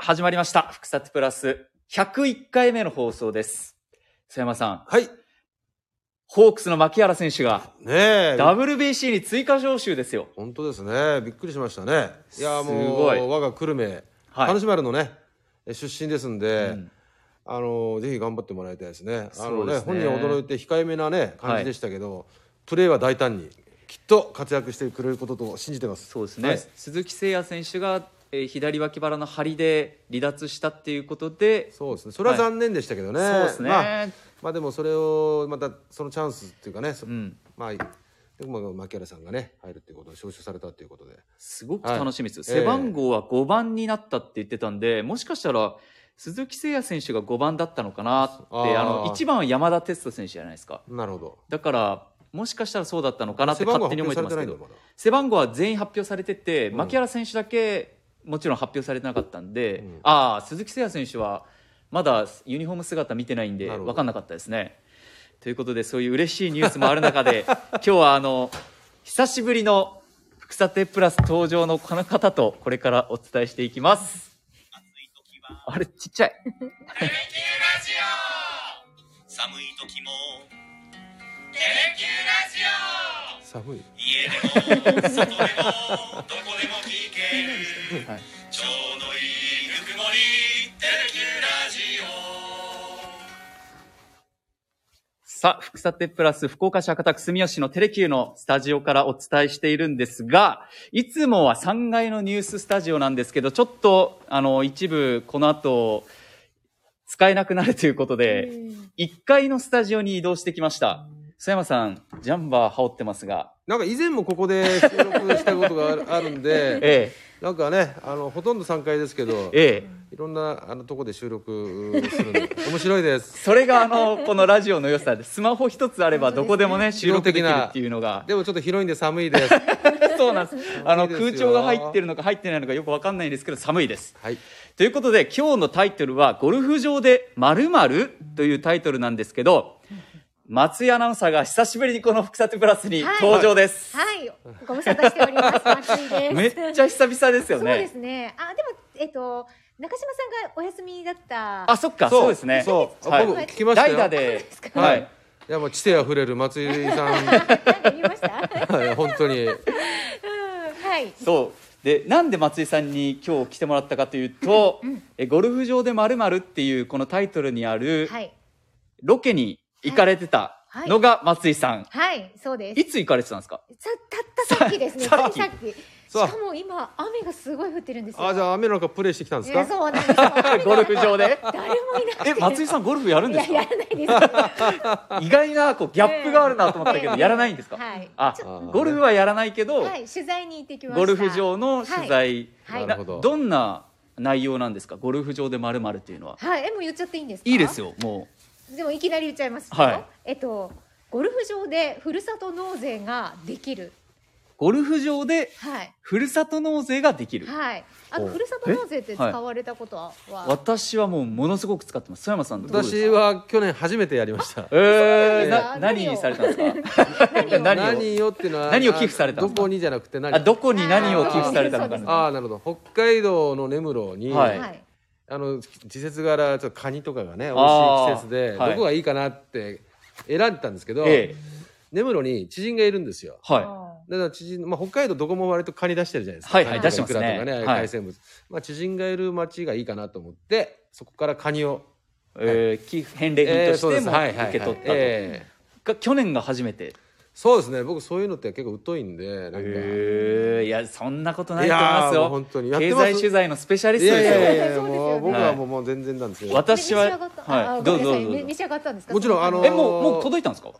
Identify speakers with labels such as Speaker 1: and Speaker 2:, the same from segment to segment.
Speaker 1: 始まりました。福札プラス101回目の放送です。曽山さん、
Speaker 2: はい。ね
Speaker 1: ホークスの牧原選手が
Speaker 2: え。
Speaker 1: WBC に追加招集ですよ。
Speaker 2: 本当ですね。びっくりしましたね。いや、もう、
Speaker 1: すごい
Speaker 2: 我が久留米、
Speaker 1: はい
Speaker 2: 田主丸のね、え出身ですんで、
Speaker 1: うん
Speaker 2: あの、ぜひ頑張ってもらいたいですね。あ
Speaker 1: そう
Speaker 2: の
Speaker 1: で
Speaker 2: ね、
Speaker 1: すね
Speaker 2: 本人は驚いて控えめなね、感じでしたけど、プレーは大胆に、きっと活躍してくれることと信じてます。
Speaker 1: そうですね、
Speaker 2: はい
Speaker 1: 鈴木誠也選手が、えー左脇腹の張りで離脱したっていうことで、
Speaker 2: そうですね。それ
Speaker 1: は
Speaker 2: は
Speaker 1: い
Speaker 2: 残念でしたけどね。
Speaker 1: そうですね
Speaker 2: まあ、まあでもそれを、また、そのチャンスっていうかね、そ
Speaker 1: うん
Speaker 2: まあ、でもまあ牧原さんがね、入るっていうことで、招集されたっていうことで。
Speaker 1: すごく楽しみです、
Speaker 2: はい
Speaker 1: 背番号は5番になったって言ってたんで、もしかしたら鈴木誠也選手が5番だったのかなって
Speaker 2: あー
Speaker 1: あの1番は山田哲人選手じゃないですか
Speaker 2: なるほど。
Speaker 1: だからもしかしたらそうだったのかなって
Speaker 2: 背番
Speaker 1: 勝
Speaker 2: 号は
Speaker 1: 手に思えて
Speaker 2: 発表され
Speaker 1: ま
Speaker 2: て
Speaker 1: す
Speaker 2: ない
Speaker 1: けど
Speaker 2: んだまだ。
Speaker 1: 背番号は全員発表されてて、
Speaker 2: うん
Speaker 1: 牧原選手だけもちろん発表されてなかったんで、
Speaker 2: うん
Speaker 1: ああ鈴木誠也選手はまだユニフォーム姿見てないんで
Speaker 2: なるほど
Speaker 1: 分かんなかったですね。ということでそういう嬉しいニュースもある中 で今日はあの久しぶりの「福さてプラス」登場のこの方とこれからお伝えしていきます。あれちっちゃい
Speaker 3: テレキューラジオ寒い時もテレキューラジオ
Speaker 2: 寒い。
Speaker 3: 家でも外でもどこでも聞ける、
Speaker 1: はい
Speaker 3: ちょうどいいぬくもりテレキューラジオ
Speaker 1: さあ、福さてプラス福岡市博多区住吉のテレキューのスタジオからお伝えしているんですが、いつもは3階のニューススタジオなんですけど、ちょっと、あの、一部この後、使えなくなるということで、1階のスタジオに移動してきました。須山さん、ジャンバー羽織ってますが、
Speaker 2: なんか以前もここで収録したことが あるあるんで、
Speaker 1: え
Speaker 2: なんかね、あのほとんど3回ですけど
Speaker 1: え、、ええ、
Speaker 2: いろんなあのとこで収録うするんで、 面白いです。
Speaker 1: それがあ の、このラジオの良さで、スマホ一つあればどこでもね、収録できるっていうの が。
Speaker 2: でもちょっと広いんで寒 いです。
Speaker 1: そうなんです。あの、
Speaker 2: いいですよ
Speaker 1: 空調が入ってるのか入ってないのかよくわかんないんですけど、寒いです。
Speaker 2: はい。
Speaker 1: ということで今日のタイトルは「ゴルフ場で〇〇というタイトルなんですけど松井アナウンサーが久しぶりにこの「福さてプラス」に
Speaker 4: はい
Speaker 1: 登場です、
Speaker 4: はい、ご無沙汰しております。松井です。
Speaker 1: めっちゃ久々ですよ
Speaker 4: そうで
Speaker 1: ね
Speaker 4: すね。あ、でも、えっと、中島さんがお休みだった。
Speaker 1: あそっかそうですね
Speaker 2: そう、
Speaker 1: はい
Speaker 2: 僕聞きました
Speaker 1: 代
Speaker 2: よ。
Speaker 1: 打で
Speaker 4: ですか
Speaker 1: は
Speaker 2: はい
Speaker 1: い。
Speaker 2: いやもう知性あふれる松井さん、
Speaker 4: なんか言いました。うん
Speaker 2: はい 本当に。
Speaker 4: はい。
Speaker 1: そうでなんで松井さんに今日来てもらったかというと「えゴルフ場で〇〇っていうこのタイトルにある
Speaker 4: はい。
Speaker 1: ロケに行かれてたのが松井さん
Speaker 4: はい、そうです。
Speaker 1: いつ行かれてたんですか
Speaker 4: さ、たったさっきですね。
Speaker 1: さ
Speaker 4: さ
Speaker 1: っ
Speaker 4: っ
Speaker 1: き
Speaker 4: き。さっきし
Speaker 2: そう
Speaker 4: かも、今、雨がすごい降ってるんですよ。
Speaker 2: あじゃあ雨の中プレイしてきたんです
Speaker 4: え
Speaker 2: か。
Speaker 4: そうなん ですよ。雨が
Speaker 1: ゴルフ場で
Speaker 4: 誰もいなくて。
Speaker 1: え松井さんゴルフやるん
Speaker 4: い
Speaker 1: で
Speaker 4: や、
Speaker 1: すか
Speaker 4: やらないですけど。
Speaker 1: 意外なこうギャップがあるなと思ったけど、
Speaker 4: ええ
Speaker 1: やらないんですか、
Speaker 4: はい
Speaker 1: あ
Speaker 4: ち
Speaker 2: ょ
Speaker 1: ゴルフはやらないけど、
Speaker 4: はい、取材に行ってきました。
Speaker 1: ゴルフ場の取
Speaker 4: はい。
Speaker 1: 材、
Speaker 4: はい
Speaker 1: な
Speaker 2: なるほど
Speaker 1: んな内容なんですかゴルフ場でまるまるっていうのは
Speaker 4: はい、え、もう言っちゃっていいんですか。
Speaker 1: いいですよも
Speaker 4: でもいきなり言っちゃいますよ、
Speaker 1: はい
Speaker 4: えっとゴルフ場でふるさと納税ができる
Speaker 1: うゴルフ場で
Speaker 4: はい
Speaker 1: ふるさと納税ができる、
Speaker 4: はいあの
Speaker 2: お
Speaker 4: ふるさと納税って使われたことは、
Speaker 1: 私はもうものすごく使ってます曽山さんどうですか
Speaker 2: 私は去年初めてやりま した。
Speaker 1: えー、
Speaker 4: そう
Speaker 1: な
Speaker 4: なんで
Speaker 1: 何
Speaker 4: すか
Speaker 1: にされたんですか
Speaker 4: 何を
Speaker 1: 何を
Speaker 2: 何をっていうのは
Speaker 1: 何を寄付されたんですか
Speaker 2: どこにじゃなくて何。
Speaker 1: あどこに何を寄付されたのか
Speaker 4: あーそうですそうです
Speaker 1: な
Speaker 2: ああなるほど北海道の根室に、
Speaker 1: は
Speaker 4: はい、
Speaker 2: あの季節柄ちょっとカニとかがね美
Speaker 1: あー
Speaker 2: 味しい季節で、
Speaker 1: はい
Speaker 2: どこがいいかなって選んでたんですけど、
Speaker 1: ええ
Speaker 2: 根室に知人がいるんですよ
Speaker 1: は
Speaker 2: だから知人、まあ、北海道どこも割とカニ出してるじゃないですか
Speaker 1: はいはい
Speaker 2: カニとか
Speaker 1: 出してますね
Speaker 2: イクラとか
Speaker 1: は
Speaker 2: ね
Speaker 1: い
Speaker 2: 海鮮物、まあ、知人がいる町がいいかなと思ってそこからカニを
Speaker 1: い、えー、寄付返礼品として
Speaker 2: そう
Speaker 1: も
Speaker 2: で
Speaker 1: 受
Speaker 2: すはいはいはい
Speaker 1: け取ったと、
Speaker 2: ええ
Speaker 1: が去年が初めて
Speaker 2: そうですね僕そういうのって結構疎いんでなんか
Speaker 1: へえいやそんなことない
Speaker 2: い
Speaker 1: と思います
Speaker 2: やーもう
Speaker 1: よ
Speaker 2: 本当にやって
Speaker 1: 経
Speaker 2: ます
Speaker 1: 済取材のスペシャリス
Speaker 2: い
Speaker 1: ト
Speaker 2: や
Speaker 1: で
Speaker 2: い
Speaker 1: すよ
Speaker 2: やいやいや
Speaker 4: そうですよね
Speaker 2: もう僕はもう,、もう全然なんですよ
Speaker 1: 私は
Speaker 4: 召し上がった
Speaker 1: はい
Speaker 4: あご
Speaker 1: ど
Speaker 4: め
Speaker 1: うんぞ
Speaker 4: な
Speaker 1: どう
Speaker 4: さい
Speaker 1: ぞどう
Speaker 4: め
Speaker 1: ぞ
Speaker 4: 召し上がったんですか
Speaker 2: もちろんあの
Speaker 1: えもうもう届いたんですか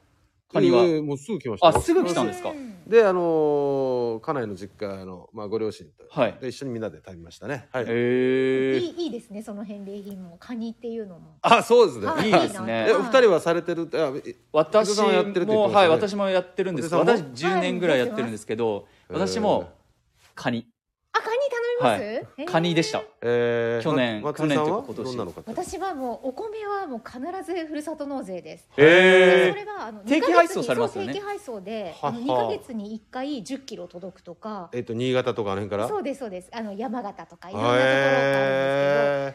Speaker 1: カニは、
Speaker 2: ええもうすぐ来ましたよ
Speaker 1: あすぐ来たんですか
Speaker 4: うん
Speaker 2: であのー家内の実家の、まあ、ご両親と、
Speaker 1: はい
Speaker 2: で一緒にみんなで食べましたね、はい
Speaker 1: へ
Speaker 4: い
Speaker 1: え
Speaker 4: いいいですねその返礼品もカニっていうのも
Speaker 2: あそうですね、
Speaker 4: はい
Speaker 1: いですね
Speaker 2: えお二人はされてるあえ
Speaker 1: 私
Speaker 2: 小手さんはやってるって言っ
Speaker 1: も
Speaker 2: てま
Speaker 1: はい
Speaker 2: した
Speaker 1: 私もやってるんですけど
Speaker 2: 小手
Speaker 1: 私
Speaker 2: さんも
Speaker 1: 10年ぐらいやってるんですけど
Speaker 2: はいやってます
Speaker 1: 私もカニ
Speaker 4: あカニ頼みます、えー
Speaker 1: カニでした
Speaker 2: えー
Speaker 1: 去年
Speaker 2: ま松井さんは
Speaker 1: 去年というか今年
Speaker 2: どんなのかって
Speaker 4: 私はもうお米はもう必ずふるさと納税です
Speaker 1: へ
Speaker 4: それはあの
Speaker 1: 定期
Speaker 4: 2ヶ月に
Speaker 1: 配送されますよね
Speaker 4: そう定期配送で
Speaker 2: はは
Speaker 4: あの2ヶ月に1回1 0キロ届くとか
Speaker 2: えっ、と新潟とかあの辺から
Speaker 4: そうですそうですあの山形とかいろんなところからあるんですけど、
Speaker 2: へ
Speaker 4: よ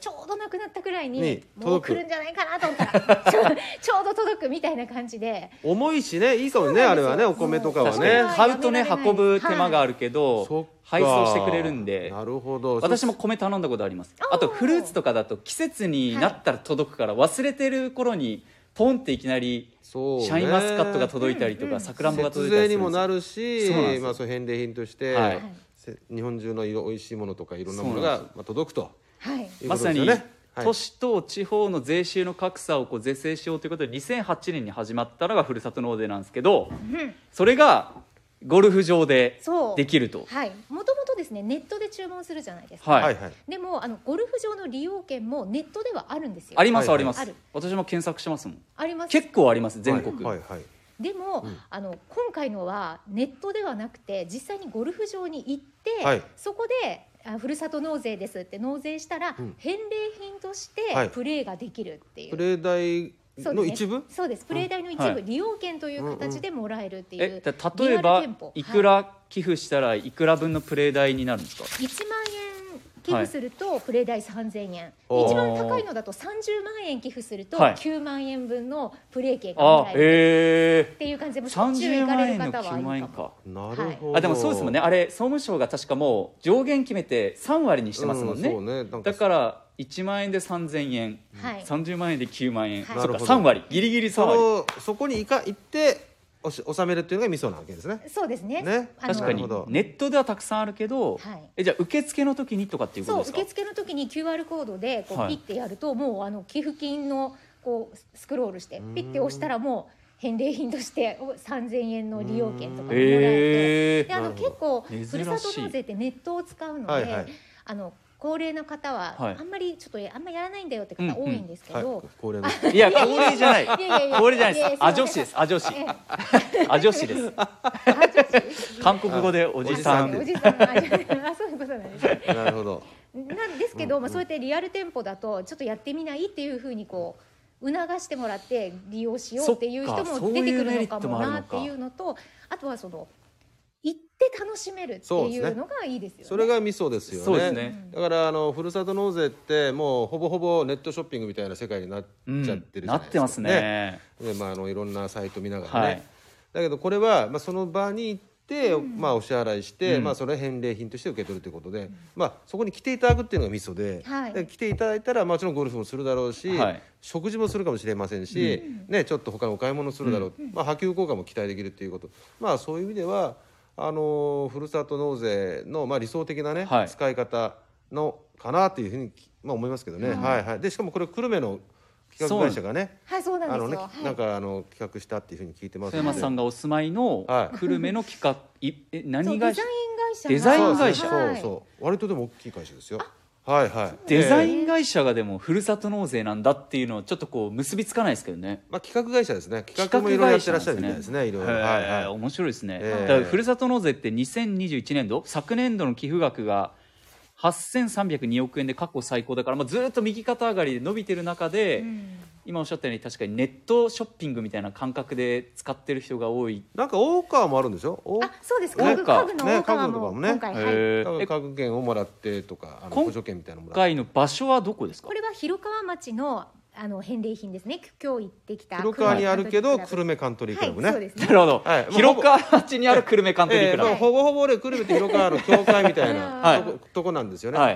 Speaker 4: ちょうどなくなったくらいに
Speaker 2: に
Speaker 4: もう
Speaker 2: 届く
Speaker 4: 来るんじゃないかなと思ったら ちょちょうど届くみたいな感じで
Speaker 2: 重いしねいいかもねあれはねお米とかは
Speaker 1: 確かに
Speaker 2: ね
Speaker 4: は
Speaker 1: 買うとね
Speaker 4: やめられない
Speaker 1: 運ぶ手間があるけど、
Speaker 2: そっか
Speaker 1: 配送してくれるんで
Speaker 2: なるほど
Speaker 1: 私も米頼んだことあります
Speaker 4: おー
Speaker 1: あとフルーツとかだと季節になったら届くから忘れてる頃にポンっていきなり
Speaker 2: そうね
Speaker 1: シャインマスカットが届いたりと
Speaker 4: うんう
Speaker 1: か
Speaker 4: ん
Speaker 1: さくらんぼが
Speaker 2: 節
Speaker 1: 届いた
Speaker 2: 税
Speaker 1: りす
Speaker 2: に
Speaker 1: るんで
Speaker 2: も
Speaker 1: す
Speaker 2: な
Speaker 1: よ
Speaker 2: るし
Speaker 1: そうなんですよ
Speaker 2: まあ、そう返礼品として、
Speaker 1: はい
Speaker 2: せ日本中の色美味しいものとかいろんなものが、まあ、届くと
Speaker 4: はい
Speaker 2: いうこ
Speaker 1: ま
Speaker 2: とで
Speaker 1: さ
Speaker 2: す
Speaker 1: に
Speaker 2: よね。はい
Speaker 1: 都市と地方の税収の格差をこう是正しようということで2008年に始まったのがふるさと納税なんですけど
Speaker 4: うん
Speaker 1: それがゴルフ場で
Speaker 4: そう
Speaker 1: できると
Speaker 4: はいもともとですねネットで注文するじゃないですか、
Speaker 1: はい、
Speaker 2: はいはい
Speaker 4: でもあのゴルフ場の利用券もネットではあるんですよ
Speaker 1: あります、
Speaker 2: はいはい
Speaker 1: あります
Speaker 4: ある
Speaker 1: 私も検索してますもん
Speaker 4: あります
Speaker 1: 結構あります全国、
Speaker 2: はいはいはい
Speaker 4: でも、
Speaker 2: うん
Speaker 4: あの今回のはネットではなくて実際にゴルフ場に行って、
Speaker 2: はい
Speaker 4: そこであふるさと納税ですって納税したら、
Speaker 2: うん
Speaker 4: 返礼品とし
Speaker 2: は
Speaker 4: て
Speaker 2: い
Speaker 4: プレーができるっていう。
Speaker 2: プレー
Speaker 4: そう
Speaker 2: 代
Speaker 4: です
Speaker 2: の
Speaker 4: ね
Speaker 2: 一部
Speaker 4: そうですプレー代の一部、
Speaker 1: うんはい
Speaker 4: 利用券という形でもらえるっていう、
Speaker 1: えだ例え
Speaker 4: リア
Speaker 1: ば
Speaker 4: ル店舗
Speaker 1: いく
Speaker 4: は
Speaker 1: ら寄付したらいくら分のプレー代になるんですか、
Speaker 4: い1万円寄付するとプレー代3000円、
Speaker 2: おー
Speaker 4: 一番高いのだと30万円寄付すると
Speaker 1: はい
Speaker 4: 9万円分のプレー券がも
Speaker 1: あ
Speaker 4: らえる
Speaker 1: え
Speaker 4: っていう感じでも
Speaker 1: え
Speaker 4: うしょっちゅう
Speaker 1: 30
Speaker 4: 行か
Speaker 1: 万
Speaker 4: れる
Speaker 1: 円の
Speaker 4: 方は
Speaker 1: 9
Speaker 4: い
Speaker 1: 万
Speaker 4: る
Speaker 1: 円
Speaker 4: かも
Speaker 1: か
Speaker 2: なるほど
Speaker 1: あでもそうですもんねあれ総務省が確かもう上限決めて3割にしてますもんね,、
Speaker 2: うそうねなん
Speaker 1: だから1万円で3000円、
Speaker 4: はい
Speaker 1: 30万円で9万円、
Speaker 4: はい
Speaker 1: そ
Speaker 2: な
Speaker 1: っ
Speaker 2: る
Speaker 1: か
Speaker 2: ほど
Speaker 1: 3割ギリギリ3
Speaker 2: そ
Speaker 1: 割
Speaker 2: のそこにいか行っておし納めるっていうのがミソなわけですね
Speaker 4: そうですね
Speaker 2: ね
Speaker 4: あの
Speaker 1: 確か
Speaker 2: な
Speaker 1: に
Speaker 2: るほど
Speaker 1: ネットではたくさんあるけど、
Speaker 4: はい
Speaker 1: えじゃあ受付の時にとかっていうこと
Speaker 4: そう
Speaker 1: ですか
Speaker 4: 受付の時に QR コードでこ
Speaker 1: は
Speaker 4: う
Speaker 1: い
Speaker 4: ピッてやると、もうあの寄付金のこうスクロールしてピッて押したらもう返礼品としてお3000円の利用券とかもらえて、
Speaker 1: え
Speaker 4: であ
Speaker 2: なる
Speaker 4: の
Speaker 2: ほど
Speaker 4: 結構ふ
Speaker 1: 珍しい
Speaker 4: るさと納税ってネットを使うので、
Speaker 2: はいはい
Speaker 4: あの高齢の方は、
Speaker 1: はい
Speaker 4: あんまりちょっとあんまやらないんだよって方多いんですけど、
Speaker 2: はい高齢の
Speaker 1: ー、いや高齢じゃない
Speaker 4: いやいやいや
Speaker 1: 高齢じゃないです
Speaker 4: いやいや
Speaker 1: あ女子ですあ女子
Speaker 4: ええ
Speaker 1: あ女子です韓国語でおじさん
Speaker 4: おじさんの味あそういうことなんですね
Speaker 2: なるほど
Speaker 4: なんですけど、まあ、そうやってリアル店舗だとちょっとやってみないっていうふうにこう促してもらって利用しようっていう人
Speaker 1: そっか
Speaker 4: も出てくる
Speaker 1: そうい
Speaker 4: のか
Speaker 1: うメリットも
Speaker 4: も
Speaker 1: あるの
Speaker 4: な
Speaker 1: か
Speaker 4: っていうのとあとはその行って楽しめるって
Speaker 2: そう
Speaker 4: い
Speaker 2: です
Speaker 4: う
Speaker 2: ね
Speaker 4: のがいいですよね。
Speaker 2: それがミソですよね
Speaker 1: そうですね
Speaker 2: だからあのふるさと納税ってもうほぼほぼネットショッピングみたいな世界になっ
Speaker 1: うん
Speaker 2: ちゃってるじ
Speaker 1: な
Speaker 2: ゃないですか、
Speaker 1: ってますね
Speaker 2: でまあ、あのいろんなサイト見ながら
Speaker 1: は
Speaker 2: ね、
Speaker 1: い
Speaker 2: だけどこれは、まあ、その場に行って、まあ、お支払いして、
Speaker 1: うん
Speaker 2: まあ、それは返礼品として受け取るということで、まあ、そこに来ていただくっていうのがミソで、
Speaker 4: はい
Speaker 2: で来ていただいたら、まあ、もちろんゴルフもするだろうし、
Speaker 1: はい
Speaker 2: 食事もするかもしれませんし、ね、ちょっと他のお買い物するだろう、まあ、波及効果も期待できるということ、まあ、そういう意味ではあのーふるさと納税の、まあ、理想的な、ね
Speaker 1: はい
Speaker 2: 使い方のかなというふうに、まあ、思いますけどね、はいはい、でしかもこれ久留米の企画会社がね
Speaker 4: はいそうなんで
Speaker 2: あ
Speaker 4: す
Speaker 2: の
Speaker 4: よ、
Speaker 2: ね、
Speaker 4: はい
Speaker 2: なんかあの企画したっていうふうに聞いてます
Speaker 1: 富山さん
Speaker 2: が
Speaker 1: がお住まいの
Speaker 2: はい
Speaker 1: 久留米の企画いえ
Speaker 4: そう
Speaker 1: 何
Speaker 4: デ
Speaker 1: が
Speaker 4: ザイン会社が
Speaker 1: デザイン会社
Speaker 2: そう
Speaker 4: はい
Speaker 2: そう割とでも大きい会社ですよはいはい
Speaker 1: デザイ
Speaker 2: ええ
Speaker 1: ン会社がでもふるさと納税なんだっていうのはちょっとこう結びつかないですけどね
Speaker 2: まあ企画会社ですね企画もいろいろやってらっしゃるみたいですねいろいろ
Speaker 1: へえ
Speaker 2: はいはい
Speaker 1: 面白いですね、
Speaker 2: ええ
Speaker 1: だからふるさと納税って2021年度昨年度の寄付額が8302億円で過去最高だから、まあ、ずっと右肩上がりで伸びてる中で、
Speaker 4: うん
Speaker 1: 今おっしゃったように確かにネットショッピングみたいな感覚で使ってる人が多い、
Speaker 2: なんか大川もあるんでしょ大
Speaker 4: あそうです
Speaker 1: な
Speaker 4: 家
Speaker 1: ん
Speaker 4: 具
Speaker 1: か
Speaker 4: 家具の
Speaker 2: ね
Speaker 4: 大川
Speaker 2: 家具のと
Speaker 4: も
Speaker 2: かもね
Speaker 4: 今回、はい
Speaker 1: へえ
Speaker 2: 多
Speaker 1: え
Speaker 2: 分家具券をもらってとかあの
Speaker 1: 今
Speaker 2: 補助券みたいなのも
Speaker 1: 今
Speaker 2: らっ
Speaker 1: 回の場所はどこですか
Speaker 4: これは広川町のあの返礼品ですね今日行ってきた
Speaker 2: て広川にあるけど久留米
Speaker 4: 米
Speaker 2: カントリークラブ
Speaker 4: はいそう
Speaker 2: ね
Speaker 4: です
Speaker 1: な
Speaker 4: ね
Speaker 1: るほど、
Speaker 2: はい
Speaker 1: 広川町にある久留米カントリー
Speaker 2: え
Speaker 1: ク
Speaker 2: え
Speaker 1: ラ
Speaker 2: ま
Speaker 1: ブ、
Speaker 2: あほぼほぼ俺久留米と広川の境界みたい
Speaker 1: は
Speaker 2: ないとことこなんですよね
Speaker 1: は
Speaker 2: は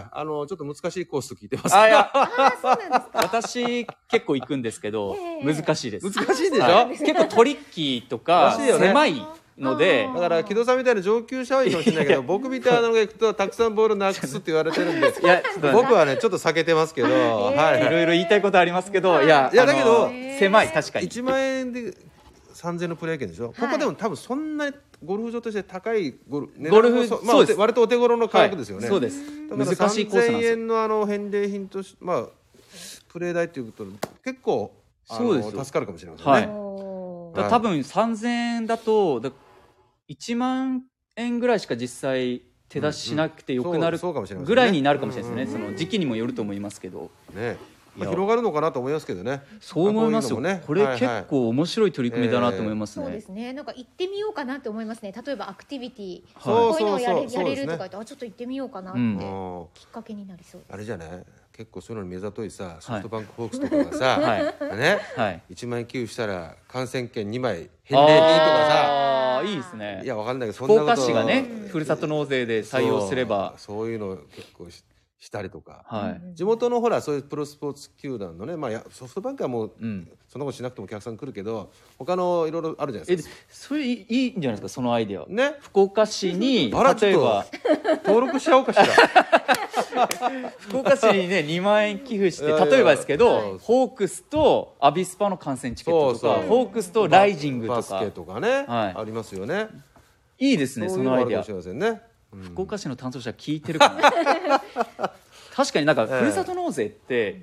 Speaker 2: い
Speaker 1: い、
Speaker 2: あのちょっと難しいコースと聞いてます
Speaker 1: あいや
Speaker 4: あそうなんですか
Speaker 1: 私結構行くけど
Speaker 4: ええ
Speaker 1: 難しいです
Speaker 2: 難しいでし
Speaker 1: は
Speaker 2: ょ
Speaker 1: い結構トリッキーとか
Speaker 2: 難しいよね
Speaker 1: 狭いので
Speaker 4: あー
Speaker 2: だから木戸さんみたいな上級者はいいかもしれないけど僕みたいなのが行くとたくさんボールなくすって言われてるんで
Speaker 1: いやちょっと
Speaker 2: 僕はねちょっと避けてますけど、
Speaker 4: ー
Speaker 2: はい
Speaker 1: いろいろ言いたいことありますけどいや
Speaker 2: いや
Speaker 1: あの
Speaker 2: だけど
Speaker 1: 狭い確かに
Speaker 2: 1万円で3000のプレー券でしょ、
Speaker 4: はい
Speaker 2: ここでも多分そんなにゴルフ場として高いゴル
Speaker 1: ゴルフ
Speaker 2: 値段もそまあ、
Speaker 1: そうです
Speaker 2: お手割とお手頃の価格ですよね、
Speaker 1: はいそうです
Speaker 2: だから
Speaker 1: 難しいコースなんで
Speaker 2: 3000
Speaker 1: すよ
Speaker 2: 円のあの返礼品としまあプレー代っていうことで結構あの
Speaker 1: そうですよ
Speaker 2: 助かるかもしれませんね、
Speaker 1: はい
Speaker 4: おー
Speaker 1: だから多分3000円だとだ1万円ぐらいしか実際手出ししなくてよくなる
Speaker 2: そうそうかもしれませんね
Speaker 1: ぐらいになるかもしれないです
Speaker 2: うん
Speaker 1: ねその時期にもよると思いますけど
Speaker 2: ねまあ
Speaker 1: いや
Speaker 2: 広がるのかなと思いますけどね
Speaker 1: そう思います
Speaker 2: あ
Speaker 1: よ
Speaker 2: ううのもね
Speaker 1: これ
Speaker 2: はいはい
Speaker 1: 結構面白い取り組みだなと思います
Speaker 4: そうで
Speaker 1: ね
Speaker 4: すね。なんか行ってみようかなって思いますね。例えばアクティビティ、
Speaker 1: そう
Speaker 4: こういうのをやれ
Speaker 2: そうそうそう
Speaker 4: や
Speaker 2: そうで
Speaker 4: れ
Speaker 2: す
Speaker 4: る
Speaker 2: ね
Speaker 4: とか言って、あちょっと行ってみようかなって、
Speaker 1: うん
Speaker 4: き
Speaker 2: うん
Speaker 4: っかけになりそう。
Speaker 2: あれじゃない結構そういうのに目ざといさソフトバンクホークスとかが さ、ね、
Speaker 1: はい。
Speaker 2: 1万円給付したら感染券2枚返礼品とか
Speaker 1: あーいいです
Speaker 2: さ
Speaker 1: ね。
Speaker 2: いやわかんないけどそん
Speaker 1: 福
Speaker 2: なこ
Speaker 1: 岡
Speaker 2: と
Speaker 1: 市がね、ふるさと納税で採用すれば、
Speaker 2: そうそういうのを結構ししたりとか、
Speaker 1: は
Speaker 4: う
Speaker 1: い
Speaker 4: ん。
Speaker 2: 地元のほらそういうプロスポーツ球団のね、まあ、やソフトバンクはもう、
Speaker 1: うん
Speaker 2: そんなことしなくてもお客さん来るけど他のいろいろあるじゃない
Speaker 1: え
Speaker 2: ですか。、
Speaker 1: それいいいいんじゃないですか、そのアイディア。
Speaker 2: ね
Speaker 1: 福岡市 に、
Speaker 2: あらち
Speaker 1: 例え
Speaker 2: ょ
Speaker 1: ば
Speaker 2: っ、と登録しちゃおうかしら
Speaker 1: 福岡市に ね、2万円寄付して、
Speaker 2: いやいや
Speaker 1: 例えばですけ
Speaker 2: は
Speaker 1: ど、
Speaker 2: い
Speaker 1: ホークスとアビスパの観戦チケットと
Speaker 2: そう
Speaker 1: か、
Speaker 2: そう
Speaker 1: ホークスと ライジングと
Speaker 2: バス
Speaker 1: か
Speaker 2: ケ、とかね、
Speaker 1: はい
Speaker 2: ありますよね
Speaker 1: いいですね、そ
Speaker 2: そういう
Speaker 1: の
Speaker 2: も
Speaker 1: ア
Speaker 2: あ
Speaker 1: イ
Speaker 2: る
Speaker 1: デ
Speaker 2: か
Speaker 1: ィ
Speaker 2: も
Speaker 1: ア
Speaker 2: し。れませんね、うん
Speaker 1: 福岡市の担当者聞いてるか な確かになんか
Speaker 2: ええ
Speaker 1: ふるさと納税って、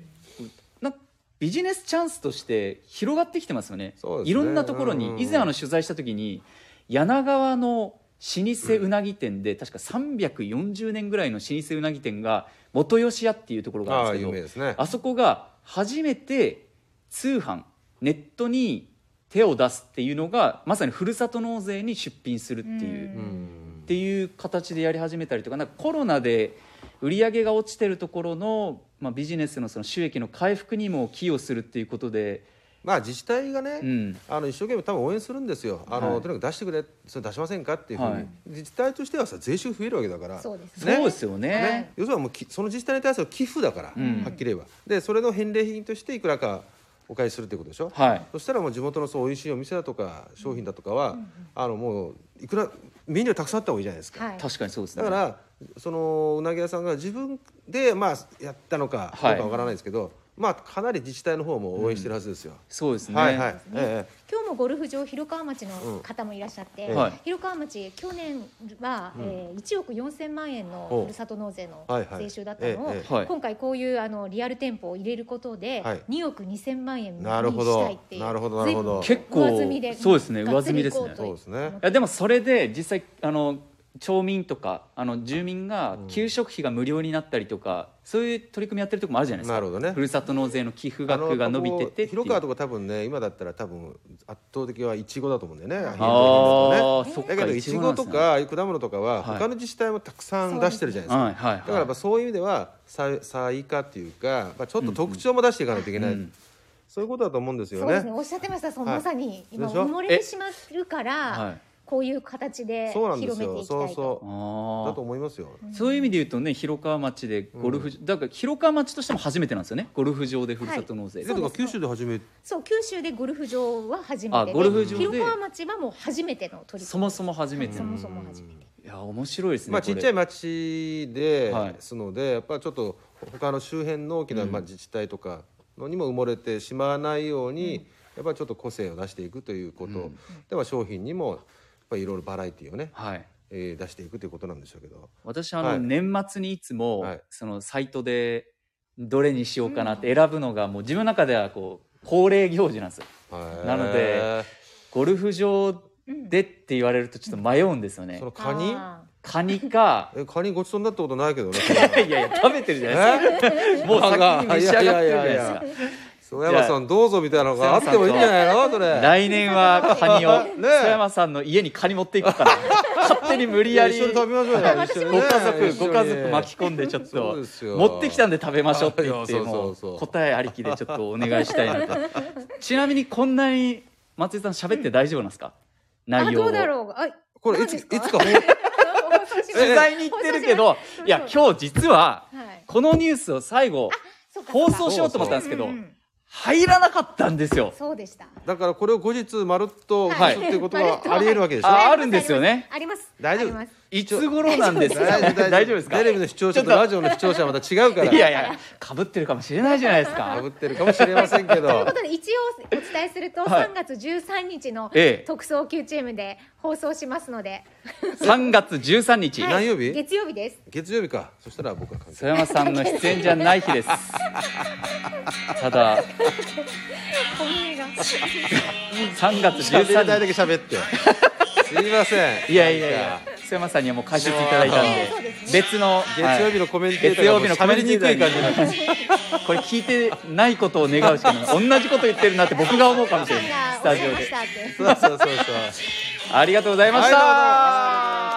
Speaker 1: なんかビジネスチャンスとして広がってきてますよね
Speaker 2: そうですね
Speaker 1: いろんなところ
Speaker 2: うんうんう
Speaker 1: に
Speaker 2: ん
Speaker 1: 以前あの取材した時に柳川の老舗うなぎ店で、確か340年ぐらいの老舗うなぎ店が元吉屋っていうところが
Speaker 2: あ
Speaker 1: あ
Speaker 2: あ
Speaker 1: るん
Speaker 2: 有名
Speaker 1: です
Speaker 2: ですね
Speaker 1: けどあそこが初めて通販ネットに手を出すっていうのがまさにふるさと納税に出品するっていう
Speaker 4: う
Speaker 2: う
Speaker 4: ん
Speaker 2: ん
Speaker 1: っていう形でやり始めたりとかなんかコロナで売り上げが落ちてるところの、まあ、ビジネスのその収益の回復にも寄与するっていうことで、
Speaker 2: まあ自治体がね、
Speaker 1: うん
Speaker 2: あの一生懸命多分応援するんですよあの、
Speaker 1: はい
Speaker 2: とにかく出してくれそれ出しませんかっていうふうに、
Speaker 1: はい
Speaker 2: 自治体としてはさ税収増えるわけだから
Speaker 4: そうです
Speaker 1: そうですよね
Speaker 2: ね要するにもうきその自治体に対する寄付だから、
Speaker 1: うん
Speaker 2: はっきり言えばでそれの返礼品としていくらかお返しするってことでしょ、
Speaker 1: はい
Speaker 2: そしたらもう地元のそう美味しいお店だとか商品だとかは、あのもういくらメニューたくさんあった方がいいじゃないですか、
Speaker 4: はい
Speaker 1: 確かにそうですね
Speaker 2: だからそのうなぎ屋さんが自分でまあやったのかどうかわからないですけど、まあかなり自治体の方も応援してるはずですよ、
Speaker 1: そうですね、
Speaker 2: はいはい、
Speaker 4: ね
Speaker 2: え
Speaker 4: 今日もゴルフ場広川町の方もいらっしゃって、
Speaker 2: うん
Speaker 1: はい
Speaker 4: 広川町去年は、えー1億4000万円の
Speaker 2: お
Speaker 4: ふるさと納税の
Speaker 2: はいはい
Speaker 4: 税収だったのを、
Speaker 2: えええ
Speaker 1: えはい
Speaker 4: 今回こういうあのリアル店舗を入れることで、
Speaker 2: はい
Speaker 4: 2億2000万円に
Speaker 2: なるほど
Speaker 4: したいっていう
Speaker 2: なるほどなるほど
Speaker 4: 随分上積み
Speaker 1: 結構そうですね
Speaker 4: がっつり行こ
Speaker 1: 上積みですね
Speaker 2: そうです
Speaker 1: い
Speaker 2: ね
Speaker 1: やでもそれで実際あの町民とかあの住民が給食費が無料になったりとか、そういう取り組みやってるとこもあるじゃないですか
Speaker 2: なるほどね
Speaker 1: ふるさと納税の寄付
Speaker 2: あの
Speaker 1: 額が伸びててっていう
Speaker 2: 広川とか多分ね今だったら多分圧倒的はいちごだと思うんだよね
Speaker 4: あー
Speaker 2: 品
Speaker 1: あ
Speaker 2: 物だと
Speaker 1: ーそっか
Speaker 2: だけどい
Speaker 1: イチ
Speaker 2: ち
Speaker 1: ゴな
Speaker 2: ご
Speaker 1: んです
Speaker 2: と
Speaker 1: ね
Speaker 2: か果物とか
Speaker 1: は
Speaker 2: は
Speaker 1: い
Speaker 2: 他の自治体もたくさん出してるじゃないですか、
Speaker 1: はいはいはい
Speaker 2: だからやっぱそういう意味では再再化っていうか、まあ、ちょっと特徴も出していかないといけない、
Speaker 1: うん
Speaker 2: そういうことだと思うんですよ
Speaker 4: そうですね
Speaker 2: ね。
Speaker 4: おっしゃってましたそう、
Speaker 2: はい
Speaker 4: まさに今
Speaker 2: でしょ
Speaker 4: 埋もれてしまうから、
Speaker 1: はい
Speaker 4: こういう形で
Speaker 2: そうなん
Speaker 4: 広
Speaker 2: で
Speaker 4: め
Speaker 2: す
Speaker 4: て
Speaker 2: よ
Speaker 4: いき
Speaker 2: そう
Speaker 4: たいと
Speaker 2: そ
Speaker 1: あ
Speaker 2: う
Speaker 1: ー
Speaker 2: だと思いますよ。
Speaker 1: そういう意味で言うとね広川町でゴルフ、だから広川町としても初めてなんですよねゴルフ場でふるさと納税、
Speaker 2: でとか九州で初めて
Speaker 4: そう九州でゴルフ場は初め
Speaker 1: あ
Speaker 4: てで
Speaker 1: ゴルフ場で
Speaker 4: 広川町はもう初めての取り組み
Speaker 1: そもそも初めて、
Speaker 4: そもそも初めて
Speaker 1: いや面白いですね
Speaker 2: まあ、
Speaker 1: こ
Speaker 2: ち
Speaker 1: れ
Speaker 2: っちゃい町で
Speaker 1: はい
Speaker 2: すので、やっぱちょっと他の周辺の大きなまあ自治体とかのにも埋もれてしまわないように、やっぱりちょっと個性を出していくということ、では商品にもやっぱりいろいろバラエティーをね、
Speaker 1: はい
Speaker 2: えー出していくということなんでしょうけど。
Speaker 1: 私あの、
Speaker 2: はい
Speaker 1: 年末にいつも、
Speaker 2: はい
Speaker 1: そのサイトでどれにしようかなって選ぶのがもう自分の中ではこう恒例行事なんですよなのでゴルフ場でって言われるとちょっと迷うんですよ
Speaker 2: へー
Speaker 1: ね
Speaker 2: そのカニ
Speaker 4: あ
Speaker 1: カニ か
Speaker 2: えカニごちそうになったことないけどね。
Speaker 1: いやいや食べてるじゃないです
Speaker 2: え
Speaker 1: かもう先に召し上がってるじゃないですか
Speaker 2: いやいやいやいや曽山さんどうぞみたいなのがあってもいいんじゃないのそ れ。
Speaker 1: 来年はカニを
Speaker 2: ねえ
Speaker 1: 曽山さんの家にカニ持っていこうかな 勝手に無理やり
Speaker 2: 一緒に食べましょうよ。一緒に
Speaker 1: ご
Speaker 2: ね
Speaker 1: 家族
Speaker 2: 一
Speaker 1: ご
Speaker 2: 緒に
Speaker 1: 家族巻き込んでちょっと
Speaker 2: そうですよ
Speaker 1: 持ってきたんで食べましょうって言っ
Speaker 2: い
Speaker 1: て
Speaker 2: やそう
Speaker 1: も
Speaker 2: そう
Speaker 1: う
Speaker 2: そう
Speaker 1: 答えありきでちょっとお願いしたいな とちなみにこんなに松井さん喋って大丈夫なんですか
Speaker 4: あ
Speaker 1: 内容
Speaker 4: ど
Speaker 1: を
Speaker 4: うだろうあ
Speaker 2: これい
Speaker 4: 何
Speaker 2: つ
Speaker 4: で
Speaker 2: い
Speaker 4: す
Speaker 2: つ
Speaker 4: か
Speaker 2: か本
Speaker 1: 取材に行ってるけどいや今日実は
Speaker 4: はい
Speaker 1: このニュースを最後
Speaker 4: そうか
Speaker 1: 放送しようと思ったんですけど
Speaker 4: うんうん
Speaker 1: 入らなかったんですよ
Speaker 4: そうでした
Speaker 2: だからこれを後日まるっと
Speaker 1: は
Speaker 2: 消
Speaker 1: い
Speaker 2: すっていうこと
Speaker 4: はい
Speaker 2: がありえるわけでしょ、
Speaker 1: ああるんですよね
Speaker 4: あります
Speaker 2: 大丈夫
Speaker 4: あります
Speaker 1: いつ頃なんですか 大丈夫ですか
Speaker 2: テレビの視聴者とラジオの視聴者はまた違うから
Speaker 1: いやいやかぶってるかもしれないじゃないです
Speaker 2: か
Speaker 1: か
Speaker 2: ぶってるかもしれませんけ
Speaker 4: というこ
Speaker 2: ど
Speaker 4: とで一応お伝えすると
Speaker 1: はい
Speaker 4: 3月13日の
Speaker 1: ええ
Speaker 4: 特捜級チームで放送しますので
Speaker 1: 3月13日
Speaker 4: はい
Speaker 2: 何曜日
Speaker 4: 月曜日です
Speaker 2: 月曜日かそしたら僕は関係
Speaker 1: 曽山さんの出演じゃない日ですただ3月
Speaker 2: 喋りたい
Speaker 1: 13
Speaker 2: だけ喋ってすいません
Speaker 1: 日いやいやいや曽山さんにはもう解説いただいたん
Speaker 4: ええそう
Speaker 1: で
Speaker 4: ですね
Speaker 1: 別の
Speaker 2: 月曜日のコメンテーターがもう
Speaker 1: 月曜日のコメ
Speaker 2: 喋
Speaker 1: ン
Speaker 2: り
Speaker 1: テ
Speaker 2: に
Speaker 1: ーター
Speaker 2: く
Speaker 1: に
Speaker 2: い感じになってる
Speaker 1: これ聞いてないことを願うしかない同じこと言ってるなって僕が思うかもしれない
Speaker 4: さん
Speaker 1: ス
Speaker 4: が
Speaker 1: タ
Speaker 4: おっし
Speaker 1: ジ
Speaker 4: ゃい
Speaker 1: オ
Speaker 4: まし
Speaker 1: で
Speaker 4: た
Speaker 2: そう
Speaker 4: って
Speaker 2: そうそうそう
Speaker 1: ありがとうございまし
Speaker 2: はいどうも
Speaker 1: た